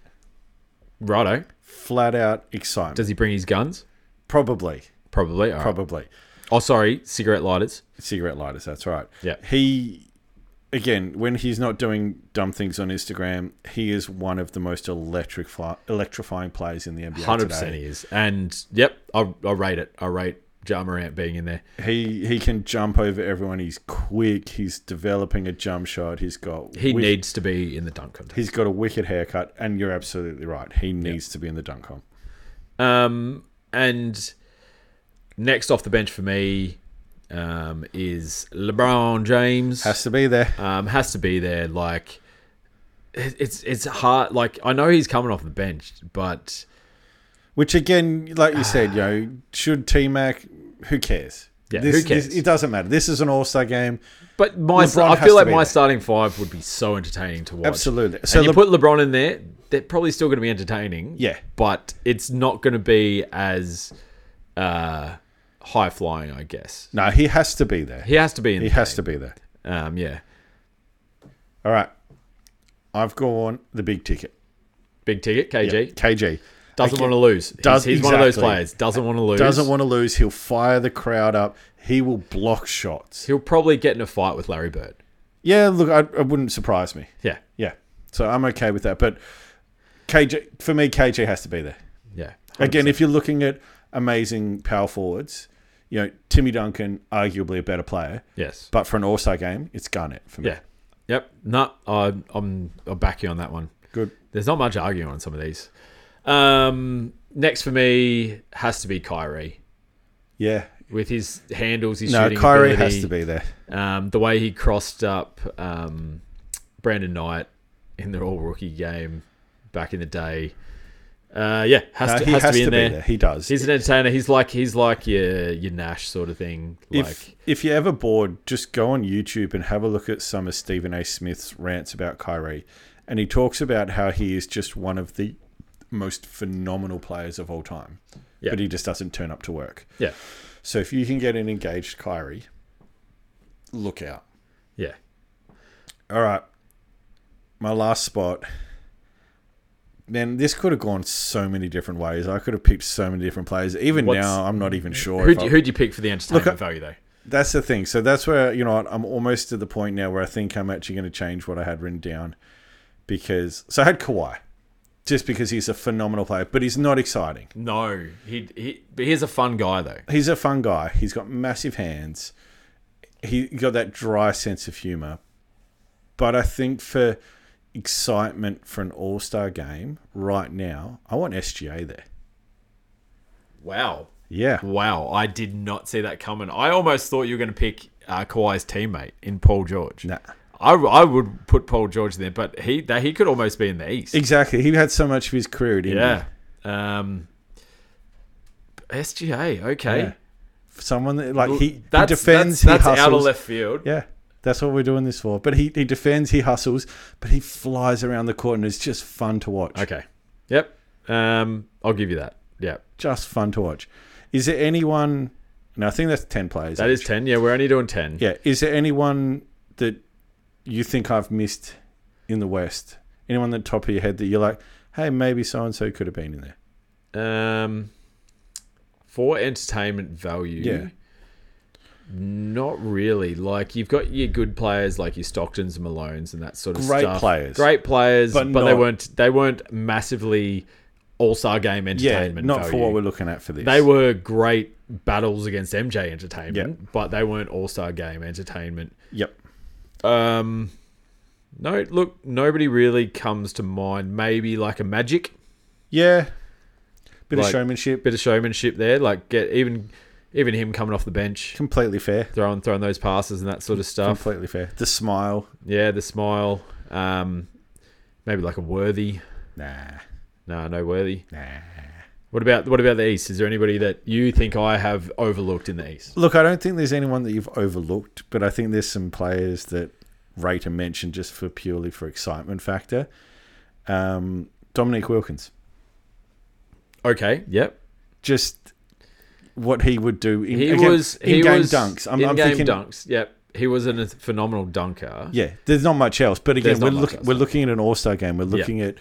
[SPEAKER 3] Righto.
[SPEAKER 4] flat out excitement.
[SPEAKER 3] Does he bring his guns?
[SPEAKER 4] probably,
[SPEAKER 3] Probably. All right.
[SPEAKER 4] probably.
[SPEAKER 3] Oh, sorry, cigarette lighters.
[SPEAKER 4] cigarette lighters. That's right.
[SPEAKER 3] Yeah.
[SPEAKER 4] He, again, when he's not doing dumb things on Instagram, he is one of the most electric, electrifying players in the NBA.
[SPEAKER 3] Hundred percent
[SPEAKER 4] today.
[SPEAKER 3] he is, and yep, I, I rate it. I rate Ja Morant being in there.
[SPEAKER 4] He he can jump over everyone. He's quick. He's developing a jump shot. He's got
[SPEAKER 3] He
[SPEAKER 4] wick-
[SPEAKER 3] needs to be in the dunk contest.
[SPEAKER 4] He's got a wicked haircut, and you're absolutely right. He needs to be in the dunk hole.
[SPEAKER 3] Um, and next off the bench for me, um, is LeBron James.
[SPEAKER 4] Has to be there.
[SPEAKER 3] um, has to be there. Like, it- it's it's hard. Like, I know he's coming off the bench, but
[SPEAKER 4] Which again, like you said,
[SPEAKER 3] [SIGHS]
[SPEAKER 4] you know, should T Mac? Who cares?
[SPEAKER 3] Yeah,
[SPEAKER 4] This-
[SPEAKER 3] who cares?
[SPEAKER 4] this- it doesn't matter. This is an All Star game.
[SPEAKER 3] but my
[SPEAKER 4] LeBron
[SPEAKER 3] I
[SPEAKER 4] has to
[SPEAKER 3] feel like
[SPEAKER 4] be
[SPEAKER 3] my
[SPEAKER 4] there.
[SPEAKER 3] starting five would be so entertaining to watch.
[SPEAKER 4] Absolutely.
[SPEAKER 3] So
[SPEAKER 4] So
[SPEAKER 3] and you
[SPEAKER 4] Le-
[SPEAKER 3] put LeBron in there, they're probably still going to be entertaining.
[SPEAKER 4] Yeah.
[SPEAKER 3] But it's not going to be as uh, high flying, I guess.
[SPEAKER 4] No, he has to be there.
[SPEAKER 3] He has to be in
[SPEAKER 4] He
[SPEAKER 3] the
[SPEAKER 4] has to
[SPEAKER 3] game.
[SPEAKER 4] be there.
[SPEAKER 3] Um, yeah.
[SPEAKER 4] All right. I've gone the big ticket.
[SPEAKER 3] Big ticket, KG.
[SPEAKER 4] KG.
[SPEAKER 3] Doesn't want to lose. He's-
[SPEAKER 4] Does-
[SPEAKER 3] he's one of those
[SPEAKER 4] exactly.
[SPEAKER 3] players. Doesn't want to lose.
[SPEAKER 4] Doesn't want to lose. He'll fire the crowd up. He will block shots.
[SPEAKER 3] He'll probably get in a fight with Larry Bird.
[SPEAKER 4] Yeah, look, I, it wouldn't surprise me.
[SPEAKER 3] Yeah,
[SPEAKER 4] Yeah, so I'm okay with that. But KJ, for me, KJ has to be there.
[SPEAKER 3] yeah.
[SPEAKER 4] Again, if you're looking at amazing power forwards, you know Timmy Duncan, arguably a better player,
[SPEAKER 3] yes.
[SPEAKER 4] but for an All Star game, it's Garnett for me.
[SPEAKER 3] yeah. Yep. No, I, I'm. I'll back you on that one.
[SPEAKER 4] good.
[SPEAKER 3] There's not much arguing on some of these. Um, next for me has to be Kyrie
[SPEAKER 4] Yeah,
[SPEAKER 3] with his handles, his
[SPEAKER 4] no,
[SPEAKER 3] shooting
[SPEAKER 4] Kyrie
[SPEAKER 3] ability,
[SPEAKER 4] has to be there.
[SPEAKER 3] Um, the way he crossed up um, Brandon Knight in the All Rookie game back in the day. Uh, yeah, has,
[SPEAKER 4] No,
[SPEAKER 3] to,
[SPEAKER 4] he
[SPEAKER 3] has, to be in there.
[SPEAKER 4] He does.
[SPEAKER 3] He's an entertainer. He's like he's like your your Nash sort of thing. Like
[SPEAKER 4] if if you're ever bored, just go on YouTube and have a look at some of Stephen A. Smith's rants about Kyrie, and he talks about how he is just one of the most phenomenal players of all time,
[SPEAKER 3] Yeah.
[SPEAKER 4] but he just doesn't turn up to work.
[SPEAKER 3] yeah,
[SPEAKER 4] So if you can get an engaged Kyrie, look out.
[SPEAKER 3] yeah.
[SPEAKER 4] All right, my last spot. Man, this could have gone so many different ways. I could have picked so many different players. Even
[SPEAKER 3] What's-
[SPEAKER 4] now, I'm not even sure.
[SPEAKER 3] Who
[SPEAKER 4] if
[SPEAKER 3] do
[SPEAKER 4] I-
[SPEAKER 3] who do you pick for the entertainment
[SPEAKER 4] Look, I-
[SPEAKER 3] value though?
[SPEAKER 4] That's the thing. So that's where you know what, I'm almost to the point now where I think I'm actually going to change what I had written down because so I had Kawhi just because he's a phenomenal player, but he's not exciting.
[SPEAKER 3] No, he he. But he's a fun guy though.
[SPEAKER 4] He's a fun guy. He's got massive hands. He got that dry sense of humor, but I think for excitement for an All Star game right now, I want SGA there.
[SPEAKER 3] Wow.
[SPEAKER 4] Yeah,
[SPEAKER 3] Wow, I did not see that coming. I almost thought you were going to pick uh, Kawhi's teammate in Paul George.
[SPEAKER 4] Nah.
[SPEAKER 3] I, I would put Paul George in there, but he that he could almost be in the East.
[SPEAKER 4] exactly. He had so much of his career. Didn't
[SPEAKER 3] Yeah. Um, SGA, okay.
[SPEAKER 4] he? Yeah. Someone that like he, he
[SPEAKER 3] that's, that's,
[SPEAKER 4] defends. he
[SPEAKER 3] that's out of
[SPEAKER 4] hustles.
[SPEAKER 3] left field.
[SPEAKER 4] Yeah, that's what we're doing this for. But he, he defends, he hustles, but he flies around the court and it's just fun to watch.
[SPEAKER 3] Okay. Yep. Um, I'll give you that. Yeah.
[SPEAKER 4] Just fun to watch. Is there anyone? No, I think that's 10 players.
[SPEAKER 3] That is 10. Yeah, we're only doing 10.
[SPEAKER 4] Yeah. Is there anyone that you think I've missed in the West? Anyone that top of your head that you're like, hey, maybe so and so could have been in there?
[SPEAKER 3] Um, for entertainment value,
[SPEAKER 4] Yeah.
[SPEAKER 3] not really. Like you've got your good players, like your Stocktons, and Malones, and that sort of
[SPEAKER 4] Great
[SPEAKER 3] stuff.
[SPEAKER 4] players.
[SPEAKER 3] great players,
[SPEAKER 4] But
[SPEAKER 3] but, they
[SPEAKER 4] not-
[SPEAKER 3] weren't they weren't massively All Star Game
[SPEAKER 4] Yeah,
[SPEAKER 3] entertainment.
[SPEAKER 4] not
[SPEAKER 3] value.
[SPEAKER 4] for what we're looking at for this.
[SPEAKER 3] They were great battles against MJ entertainment,
[SPEAKER 4] Yeah.
[SPEAKER 3] but they weren't All Star Game entertainment.
[SPEAKER 4] Yep.
[SPEAKER 3] Um, no, look, nobody really comes to mind. Maybe like a Magic.
[SPEAKER 4] Yeah. Bit of
[SPEAKER 3] Like-
[SPEAKER 4] showmanship.
[SPEAKER 3] bit of showmanship there. Like get even even him coming off the bench,
[SPEAKER 4] Completely fair.
[SPEAKER 3] throwing throwing those passes and that sort of stuff.
[SPEAKER 4] Completely fair. The smile.
[SPEAKER 3] Yeah, the smile. Um, maybe like a worthy.
[SPEAKER 4] Nah.
[SPEAKER 3] No, no worthy.
[SPEAKER 4] Nah.
[SPEAKER 3] What about what about the East? Is there anybody that you think I have overlooked in the East?
[SPEAKER 4] Look, I don't think there's anyone that you've overlooked, but I think there's some players that rate and mention just for purely for excitement factor. Um, Dominic Wilkins,
[SPEAKER 3] Okay, yep.
[SPEAKER 4] just what he would do in
[SPEAKER 3] He
[SPEAKER 4] again,
[SPEAKER 3] was he
[SPEAKER 4] in-game
[SPEAKER 3] was
[SPEAKER 4] dunks. I'm,
[SPEAKER 3] in
[SPEAKER 4] I'm
[SPEAKER 3] game
[SPEAKER 4] thinking,
[SPEAKER 3] dunks. Yep, he was a phenomenal dunker.
[SPEAKER 4] yeah, there's not much else. But again,
[SPEAKER 3] There's not
[SPEAKER 4] we're
[SPEAKER 3] much
[SPEAKER 4] looking
[SPEAKER 3] else.
[SPEAKER 4] we're looking at an All Star game. We're looking at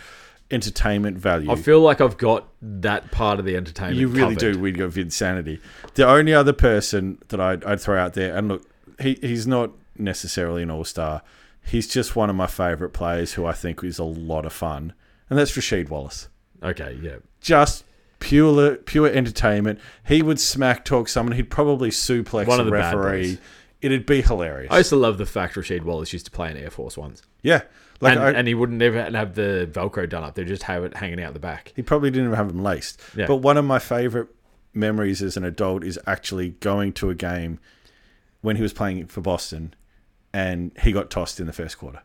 [SPEAKER 4] entertainment value.
[SPEAKER 3] I feel like I've got that part of the entertainment.
[SPEAKER 4] You really
[SPEAKER 3] covered.
[SPEAKER 4] do. We'd go with insanity. The only other person that I'd, I'd throw out there, and look, he, he's not necessarily an all star. He's just one of my favourite players who I think is a lot of fun, and that's Rashid Wallace.
[SPEAKER 3] Okay, yeah.
[SPEAKER 4] Just pure pure entertainment. He would smack talk someone. He'd probably suplex
[SPEAKER 3] One
[SPEAKER 4] a
[SPEAKER 3] of the bad
[SPEAKER 4] referee.
[SPEAKER 3] boys.
[SPEAKER 4] It'd be hilarious.
[SPEAKER 3] I used to love the fact Rashid Wallace used to play in Air Force Ones.
[SPEAKER 4] yeah, like
[SPEAKER 3] and,
[SPEAKER 4] I,
[SPEAKER 3] and he wouldn't ever have the Velcro done up. They just have it hanging out the back.
[SPEAKER 4] He probably didn't have them laced.
[SPEAKER 3] Yeah.
[SPEAKER 4] But one of my favorite memories as an adult is actually going to a game when he was playing for Boston and he got tossed in the first quarter.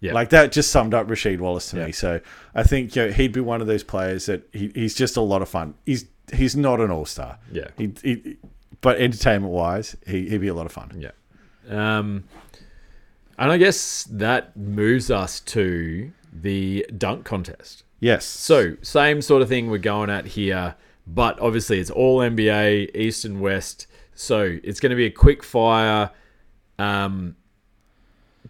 [SPEAKER 3] Yeah.
[SPEAKER 4] Like that just summed up Rashid Wallace to
[SPEAKER 3] Yeah.
[SPEAKER 4] me. So I think you know, he'd be one of those players that he, he's just a lot of fun. He's he's not an all star.
[SPEAKER 3] Yeah.
[SPEAKER 4] He, he, but entertainment wise, he, he'd be a lot of fun.
[SPEAKER 3] Yeah. Um, and I guess that moves us to the dunk contest.
[SPEAKER 4] Yes.
[SPEAKER 3] So, same sort of thing we're going at here, but obviously it's all NBA, East and West. So, it's going to be a quick fire um,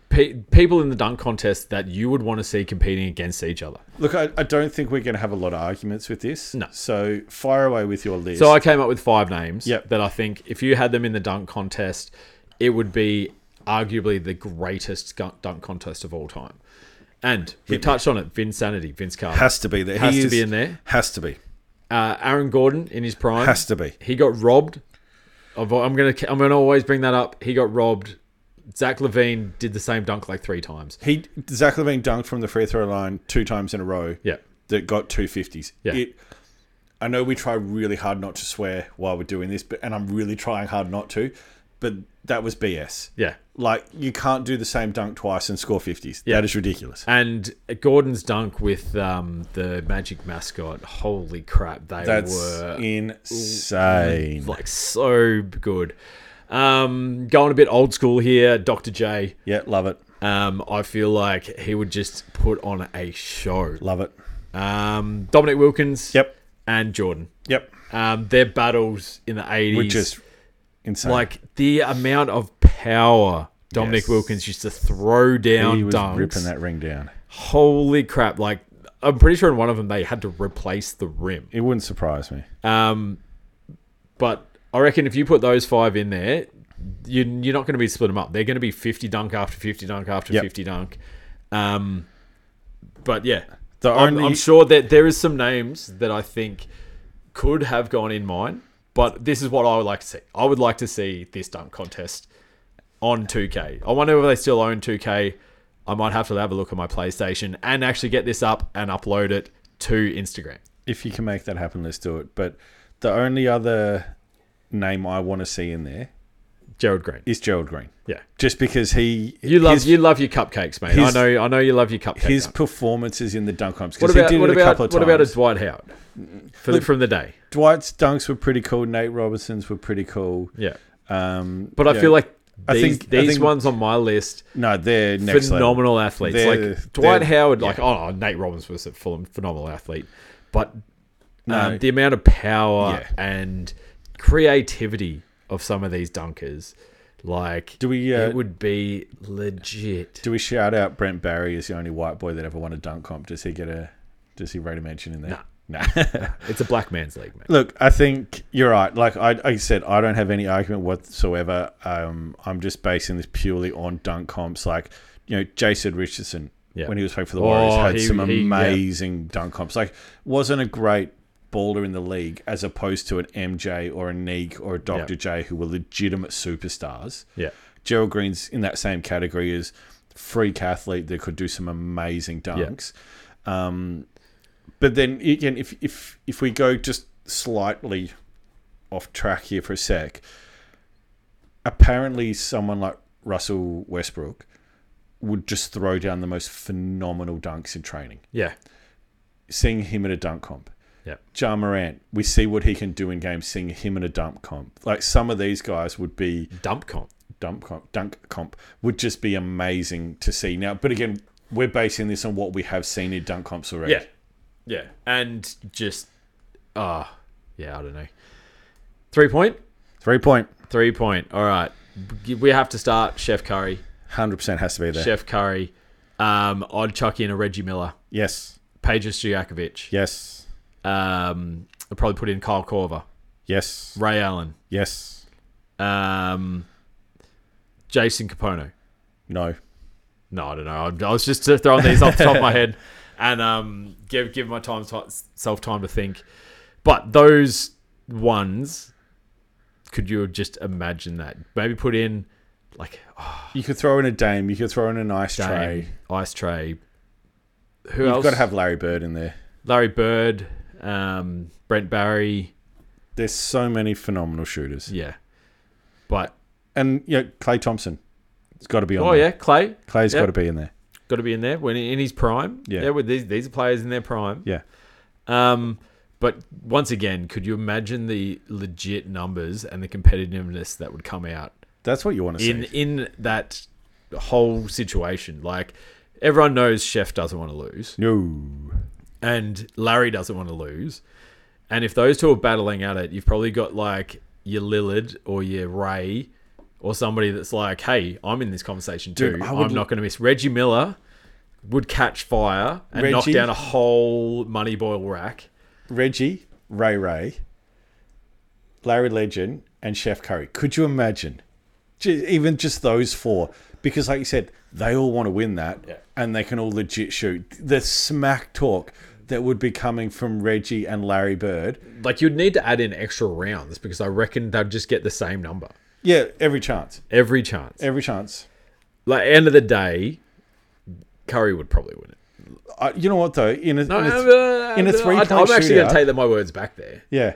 [SPEAKER 3] pe- people in the dunk contest that you would want to see competing against each other.
[SPEAKER 4] Look, I, I don't think we're going to have a lot of arguments with this.
[SPEAKER 3] No.
[SPEAKER 4] So fire away with your list.
[SPEAKER 3] So I came up with five names
[SPEAKER 4] Yep.
[SPEAKER 3] that I think if you had them in the dunk contest, it would be arguably the greatest gu- dunk contest of all time. And we touched on it. Vince Sanity, Vince Carter.
[SPEAKER 4] has to be there.
[SPEAKER 3] Has
[SPEAKER 4] He
[SPEAKER 3] to
[SPEAKER 4] is-
[SPEAKER 3] be in there.
[SPEAKER 4] Has to be.
[SPEAKER 3] Uh, Aaron Gordon in his prime.
[SPEAKER 4] Has to be.
[SPEAKER 3] He got robbed. Of, I'm gonna I'm gonna always bring that up. He got robbed. Zach Levine did the same dunk like three times.
[SPEAKER 4] He Zach Levine dunked from the free throw line two times in a row.
[SPEAKER 3] Yeah.
[SPEAKER 4] That got two fifties.
[SPEAKER 3] Yeah.
[SPEAKER 4] I know we try really hard not to swear while we're doing this, but and I'm really trying hard not to, but that was BS.
[SPEAKER 3] Yeah.
[SPEAKER 4] Like you can't do the same dunk twice and score fifties. That is ridiculous.
[SPEAKER 3] And Gordon's dunk with um, the Magic mascot. Holy crap! They
[SPEAKER 4] That's
[SPEAKER 3] were
[SPEAKER 4] insane.
[SPEAKER 3] like so good. Um, going a bit old school here, Dr. J.
[SPEAKER 4] Yeah, love it.
[SPEAKER 3] Um, I feel like he would just put on a show.
[SPEAKER 4] Love it.
[SPEAKER 3] Um, Dominic Wilkins.
[SPEAKER 4] Yep.
[SPEAKER 3] And Jordan.
[SPEAKER 4] Yep.
[SPEAKER 3] Um, their battles in the eighties,
[SPEAKER 4] Which is insane.
[SPEAKER 3] like the amount of power Dominic
[SPEAKER 4] Yes.
[SPEAKER 3] Wilkins used to throw down
[SPEAKER 4] he was
[SPEAKER 3] dunks.
[SPEAKER 4] ripping that ring down.
[SPEAKER 3] Holy crap! Like I'm pretty sure in one of them they had to replace the rim.
[SPEAKER 4] It wouldn't surprise me.
[SPEAKER 3] Um, but I reckon if you put those five in there, you, you're not going to be split them up. They're going to be 50 dunk after 50 dunk after
[SPEAKER 4] Yep.
[SPEAKER 3] 50 dunk. Um, but yeah,
[SPEAKER 4] The
[SPEAKER 3] I'm,
[SPEAKER 4] only-
[SPEAKER 3] I'm sure that there is some names that I think could have gone in mine, but this is what I would like to see. I would like to see this dunk contest on 2K. I wonder if they still own 2K. I might have to have a look at my PlayStation and actually get this up and upload it to Instagram.
[SPEAKER 4] if you can make that happen, let's do it. But the only other name I want to see in there
[SPEAKER 3] Gerald Green.
[SPEAKER 4] is Gerald Green,
[SPEAKER 3] Yeah.
[SPEAKER 4] just because he
[SPEAKER 3] You love
[SPEAKER 4] his,
[SPEAKER 3] you love your cupcakes, mate.
[SPEAKER 4] his-
[SPEAKER 3] I know I know you love your cupcakes.
[SPEAKER 4] his performances in the dunk comps
[SPEAKER 3] what
[SPEAKER 4] because he
[SPEAKER 3] about
[SPEAKER 4] did
[SPEAKER 3] what
[SPEAKER 4] it a
[SPEAKER 3] about
[SPEAKER 4] couple of
[SPEAKER 3] what
[SPEAKER 4] times.
[SPEAKER 3] about a Dwight Howard for the, from the day?
[SPEAKER 4] Dwight's dunks were pretty cool. Nate Robinson's were pretty cool.
[SPEAKER 3] Yeah,
[SPEAKER 4] Um,
[SPEAKER 3] but I
[SPEAKER 4] yeah.
[SPEAKER 3] feel like these,
[SPEAKER 4] I think- I
[SPEAKER 3] these
[SPEAKER 4] think-
[SPEAKER 3] ones on my list
[SPEAKER 4] no, they're next level.
[SPEAKER 3] phenomenal athletes.
[SPEAKER 4] They're-
[SPEAKER 3] like Dwight
[SPEAKER 4] they're-
[SPEAKER 3] Howard, like oh Nate Robbins was a full, phenomenal athlete, but
[SPEAKER 4] No.
[SPEAKER 3] um, the amount of power
[SPEAKER 4] Yeah.
[SPEAKER 3] and creativity of some of these dunkers, like
[SPEAKER 4] Do we, uh,
[SPEAKER 3] it would be legit.
[SPEAKER 4] Do we shout out Brent Barry as the only white boy that ever won a dunk comp? Does he get a does he rate a mention in there? No. [LAUGHS]
[SPEAKER 3] it's a black man's league, man.
[SPEAKER 4] Look, I think you're right. Like I, I said, I don't have any argument whatsoever. Um, I'm just basing this purely on dunk comps. Like, you know, Jason Richardson
[SPEAKER 3] Yeah.
[SPEAKER 4] when he was playing for the Warriors
[SPEAKER 3] Oh,
[SPEAKER 4] had
[SPEAKER 3] he-
[SPEAKER 4] some
[SPEAKER 3] he- yeah.
[SPEAKER 4] amazing dunk comps. Like, wasn't a great baller in the league as opposed to an MJ or a Neek or a Dr. J who were legitimate superstars.
[SPEAKER 3] Yeah,
[SPEAKER 4] Gerald Green's in that same category as freak athlete that could do some amazing dunks. Um, but then again, if if if we go just slightly off track here for a sec, apparently someone like Russell Westbrook would just throw down the most phenomenal dunks in training.
[SPEAKER 3] yeah,
[SPEAKER 4] Seeing him at a dunk comp.
[SPEAKER 3] yeah.
[SPEAKER 4] Ja Morant, we see what he can do in games. Seeing him in a dunk comp, like some of these guys would be
[SPEAKER 3] Dump comp.
[SPEAKER 4] dump comp, dunk comp would just be amazing to see now. But again, we're basing this on what we have seen in dunk comps already.
[SPEAKER 3] Yeah. Yeah. And just uh yeah, I don't know. Three point?
[SPEAKER 4] Three point,
[SPEAKER 3] Three point. All right. We have to start Chef Curry.
[SPEAKER 4] 100% has to be there.
[SPEAKER 3] Chef Curry. Um, I'd chuck in a Reggie Miller,
[SPEAKER 4] Yes,
[SPEAKER 3] Pages Stojakovic.
[SPEAKER 4] yes,
[SPEAKER 3] Um, I'd probably put in Kyle Corver,
[SPEAKER 4] yes,
[SPEAKER 3] Ray Allen,
[SPEAKER 4] yes,
[SPEAKER 3] um, Jason Capono.
[SPEAKER 4] no.
[SPEAKER 3] No, I don't know. I I was just throwing these off the top of
[SPEAKER 4] [LAUGHS]
[SPEAKER 3] my head, and um, give give my time ti- self time to think. But those ones, could you just imagine that? Maybe put in like
[SPEAKER 4] You could throw in a dame, you could throw in a nice
[SPEAKER 3] Dame,
[SPEAKER 4] tray.
[SPEAKER 3] ice tray. Who
[SPEAKER 4] You've
[SPEAKER 3] else?
[SPEAKER 4] got to have Larry Bird in there.
[SPEAKER 3] Larry Bird, um, Brent Barry.
[SPEAKER 4] There's so many phenomenal shooters.
[SPEAKER 3] Yeah, but
[SPEAKER 4] And yeah, Clay Thompson. It's got to be on
[SPEAKER 3] oh
[SPEAKER 4] there.
[SPEAKER 3] yeah, Clay
[SPEAKER 4] Clay's
[SPEAKER 3] Yep.
[SPEAKER 4] got to be in there.
[SPEAKER 3] got to be in there when in his prime.
[SPEAKER 4] Yeah.
[SPEAKER 3] yeah with these these are players in their prime.
[SPEAKER 4] Yeah.
[SPEAKER 3] Um, but once again, could you imagine the legit numbers and the competitiveness that would come out
[SPEAKER 4] That's what you want to see.
[SPEAKER 3] in in that whole situation? Like everyone knows, Chef doesn't want to lose,
[SPEAKER 4] no.
[SPEAKER 3] and Larry doesn't want to lose, and if those two are battling at it, you've probably got like your Lillard or your Ray or somebody that's like, "Hey, I'm in this conversation too.
[SPEAKER 4] Dude, I
[SPEAKER 3] I'm
[SPEAKER 4] would l-
[SPEAKER 3] not going to miss." Reggie Miller would catch fire and knock
[SPEAKER 4] Reggie?
[SPEAKER 3] down a whole money boil rack.
[SPEAKER 4] Reggie, Ray Ray, Larry Legend, and Chef Curry. Could you imagine? Ju- Even just those four. Because, like you said, they all want to win that and they can all legit shoot. The smack talk that would be coming from Reggie and Larry Bird.
[SPEAKER 3] Like you'd need to add in extra rounds because I reckon they'd just get the same number
[SPEAKER 4] Yeah, every chance.
[SPEAKER 3] every chance.
[SPEAKER 4] Every chance.
[SPEAKER 3] like end of the day, Curry would probably win it.
[SPEAKER 4] I, you know what, though? In a,
[SPEAKER 3] No,
[SPEAKER 4] in a,
[SPEAKER 3] uh,
[SPEAKER 4] in a
[SPEAKER 3] uh,
[SPEAKER 4] three
[SPEAKER 3] I-
[SPEAKER 4] point
[SPEAKER 3] I'm actually going
[SPEAKER 4] shootout-
[SPEAKER 3] to take that my words back there.
[SPEAKER 4] yeah.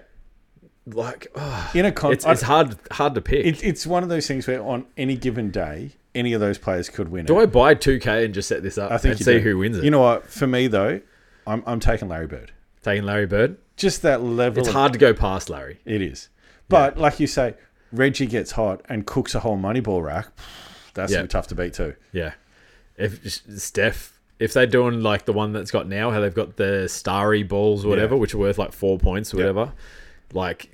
[SPEAKER 3] Like, ugh,
[SPEAKER 4] In a con-
[SPEAKER 3] it's it's hard hard to pick.
[SPEAKER 4] It, Um, it's one of those things where on any given day, any of those players could win
[SPEAKER 3] do
[SPEAKER 4] it.
[SPEAKER 3] I buy 2K and just set this up
[SPEAKER 4] I think
[SPEAKER 3] and
[SPEAKER 4] you
[SPEAKER 3] see
[SPEAKER 4] do.
[SPEAKER 3] who wins it?
[SPEAKER 4] You know what? For me though, I'm I'm taking Larry Bird.
[SPEAKER 3] taking Larry Bird.
[SPEAKER 4] Just that level.
[SPEAKER 3] It's
[SPEAKER 4] of-
[SPEAKER 3] hard to go past Larry.
[SPEAKER 4] It is. But like you say, Reggie gets hot and cooks a whole Moneyball rack. That's
[SPEAKER 3] Yeah.
[SPEAKER 4] gonna be tough to beat too.
[SPEAKER 3] Yeah. If Steph, if they're doing like the one that's got now, how they've got the starry balls, or whatever,
[SPEAKER 4] Yeah.
[SPEAKER 3] which are worth like four points, or whatever. Like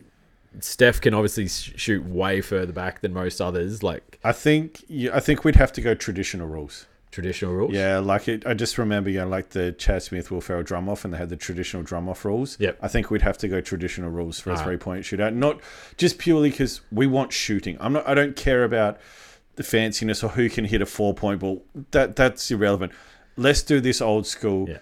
[SPEAKER 3] Steph can obviously sh- shoot way further back than most others, like
[SPEAKER 4] I think you, I think we'd have to go traditional rules.
[SPEAKER 3] traditional rules.
[SPEAKER 4] Yeah, like it, I just remember, you know, like the Chad Smith, Will Ferrell drum off, and they had the traditional drum off rules.
[SPEAKER 3] Yep.
[SPEAKER 4] I think we'd have to go traditional rules for a
[SPEAKER 3] Ah.
[SPEAKER 4] three point shootout, not just purely because we want shooting. I'm not. I don't care about the fanciness or who can hit a four point ball. That that's irrelevant. Let's do this old school.
[SPEAKER 3] Yeah.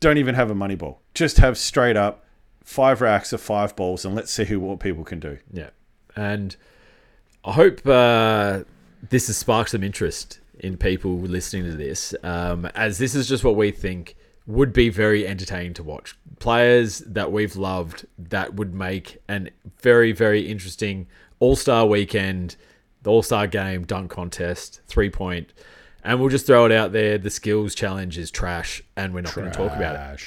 [SPEAKER 4] Don't even have a money ball. Just have straight up five racks of five balls, and let's see who what people can do.
[SPEAKER 3] Yeah. And I hope uh, this has sparked some interest in people listening to this, um, as this is just what we think would be very entertaining to watch. Players that we've loved that would make an very, very interesting All Star weekend, the All Star game, dunk contest, three point. And we'll just throw it out there. The skills challenge is trash, and we're not going to talk about it.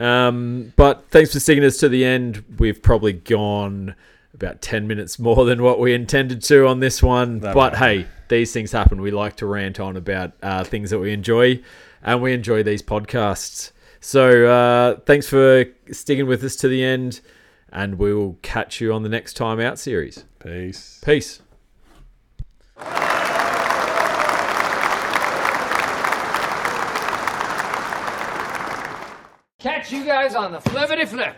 [SPEAKER 3] Um, but thanks for sticking us to the end. We've probably gone about 10 minutes more than what we intended to on this one. but hey, these things happen. We like to rant on about uh, things that we enjoy, and we enjoy these podcasts. So uh, thanks for sticking with us to the end, and we will catch you on the next Time Out series.
[SPEAKER 4] Peace.
[SPEAKER 3] Peace.
[SPEAKER 5] Catch you guys on the flippity flip.